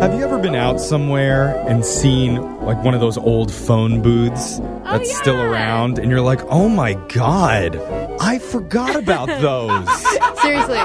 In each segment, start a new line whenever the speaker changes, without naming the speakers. Have you ever been out somewhere and seen like one of those old phone booths
Oh,
that's still
yeah.
around and you're like, "Oh my god, I forgot about those."
Seriously.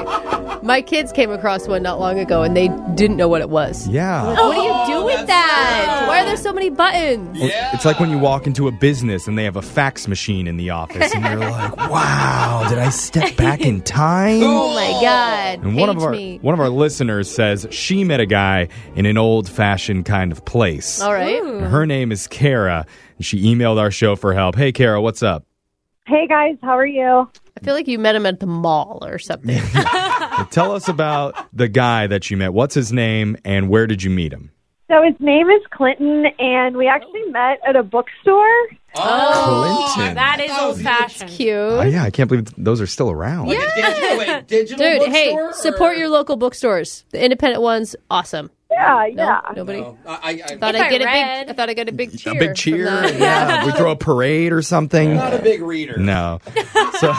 My kids came across one not long ago and they didn't know what it was.
yeah.
What do you do with that? Why are there so many buttons?
Well, It's like when you walk into a business and they have a fax machine in the office and you're like, "Wow, did I step back in time?"
Oh my god.
And one of
Page
our
me.
one of our listeners says she met a guy in an old-fashioned kind of place.
All right.
Her name is Kara, and she emailed our show for help. Hey, Kara, what's up?
Hey guys, how are you?
I feel like you met him at the mall or something.
Tell us about the guy that you met. What's his name, and where did you meet him?
So his name is Clinton, and we
Oh.
actually met at a bookstore. Oh,
Clinton.
That is old fashioned.
Cute.
Oh, yeah, I can't believe those are still around. Yeah.
Digital, wait, digital
Dude,
bookstore?
hey,
or-
support your local bookstores. The independent ones, awesome.
Yeah,
No,
yeah.
nobody.
Oh, I, I,
Thought
If
I
I
get a
read-
big. I thought I got a big cheer.
A big
from
cheer.
that.
Yeah. we throw a parade or something.
I'm not a big reader.
No. So,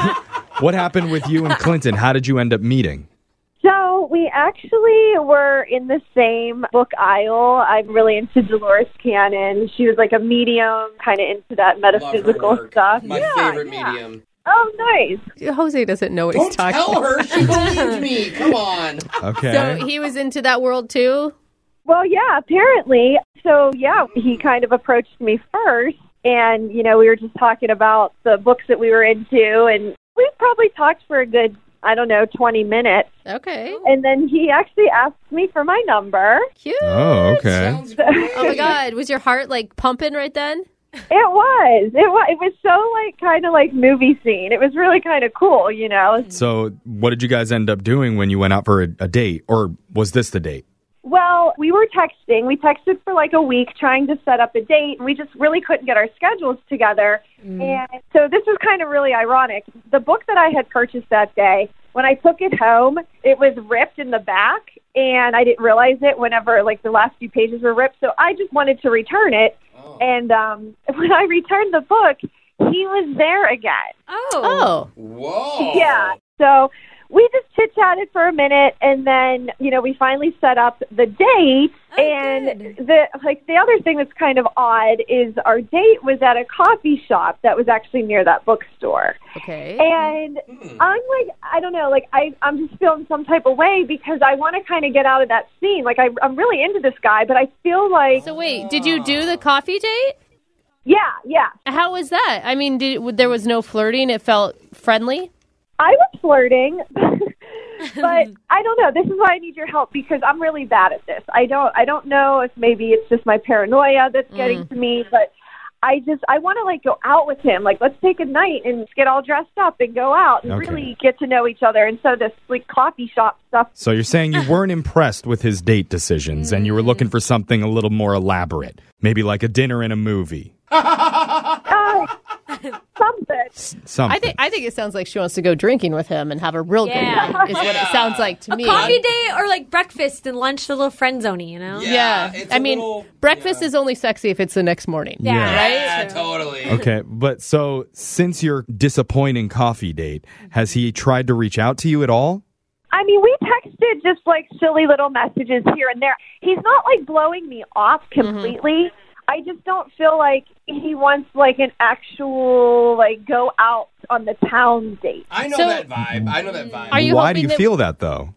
what happened with you and Clinton? How did you end up meeting?
So we actually were in the same book aisle. I'm really into Dolores Cannon. She was like a medium, kind of into that
Love her
metaphysical
work.
stuff.
My
yeah,
favorite
yeah.
medium.
Oh, nice.
Jose doesn't know what
Don't
he's talking.
tell her. She believes me. Come on.
Okay.
about. So he was into that world too.
Well, yeah, apparently. So, yeah, he kind of approached me first. And, you know, we were just talking about the books that we were into. And we probably talked for a good, I don't know, 20 minutes.
Okay,
And then he actually asked me for my number.
cute.
oh, okay.
Sounds great.
Oh my God, was your heart like pumping right then?
It was. It was. It was so like kind of like movie scene. It was really kind of cool, you know.
So, what did you guys end up doing when you went out for a, a date, or was this the date?
Well, we were texting. We texted for like a week trying to set up a date, and we just really couldn't get our schedules together. And so this was kind of really ironic. The book that I had purchased that day, when I took it home, it was ripped in the back, and I didn't realize it whenever like the last few pages were ripped. So I just wanted to return it.
Oh,
And um, when I returned the book, he was there again.
Oh.
Oh,
Whoa.
Yeah. So we just chit chatted for a minute, and then you know we finally set up the date.
Oh,
and
good.
the like the other thing that's kind of odd is our date was at a coffee shop that was actually near that bookstore.
okay.
Mm-hmm.
And
Hmm.
I'm like, I don't know, like I I'm just feeling some type of way because I want to kind of get out of that scene. Like I I'm really into this guy, but I feel like
So wait, did you do the coffee date?
yeah, yeah.
How was that? I mean, did, there was no flirting. It felt friendly.
I was flirting, but I don't know. This is why I need your help because I'm really bad at this. I don't I don't know if maybe it's just my paranoia that's getting to me, but I just I want to like go out with him. Like let's take a night and get all dressed up and go out and
Okay.
really get to know each other. And so this like coffee shop stuff.
So, you're saying you weren't impressed with his date decisions and you were looking for something a little more elaborate, maybe like a dinner and a movie,
Uh, something.
something.
I think I think it sounds like she wants to go drinking with him and have a real
Yeah.
good time. Is what it sounds like to me.
Coffee day or like breakfast and lunch, a little friend zone, you know?
Yeah,
it's
I
a
mean,
little-
breakfast is only sexy if it's the next morning.
Yeah.
Yeah, totally.
Okay, but so since your disappointing coffee date, has he tried to reach out to you at all?
I mean, we texted just like silly little messages here and there. He's not like blowing me off completely. I just don't feel like he wants like an actual like go out on the town date
I know
So-
that vibe. I know that vibe.
Are you
Why do
hoping
you
that-
feel that though?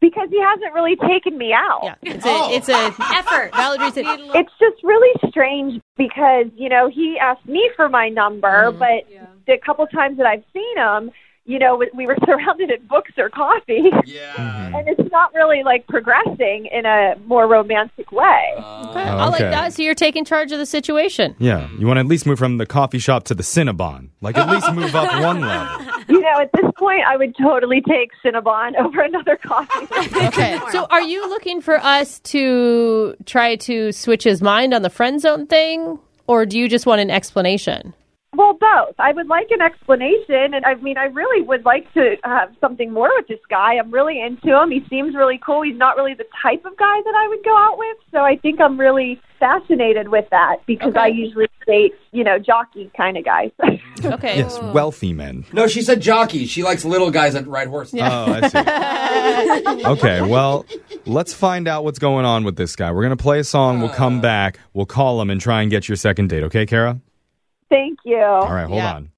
because he hasn't really taken me out.
Yeah, it's
Oh.
a it's a
Effort.
valid reason.
It's just really strange because, you know, he asked me for my number, but the couple times that I've seen him, you know, we- we were surrounded at books or coffee
yeah.
and it's not really like progressing in a more romantic way.
I like
Okay.
that. So you're taking charge of the situation.
Yeah, you want to at least move from the coffee shop to the Cinnabon. Like at least move up one level.
You know, at this point, I would totally take Cinnabon over another coffee.
Okay. so are you looking for us to try to switch his mind on the friend zone thing, or do you just want an explanation?
well, both. I would like an explanation, and I mean, I really would like to have something more with this guy. I'm really into him. He seems really cool. He's not really the type of guy that I would go out with, so I think I'm really fascinated with that because I
Okay.
usually date, you know, jockey kind of guys.
Okay.
Yes, wealthy men.
No, she said jockey. She likes little guys that ride horses.
Oh, I see. Okay, well, let's find out what's going on with this guy. We're going to play a song. We'll
Uh.
come back. We'll call him and try and get your second date. Okay, Kara?
Thank you.
All right, hold
Yeah.
on.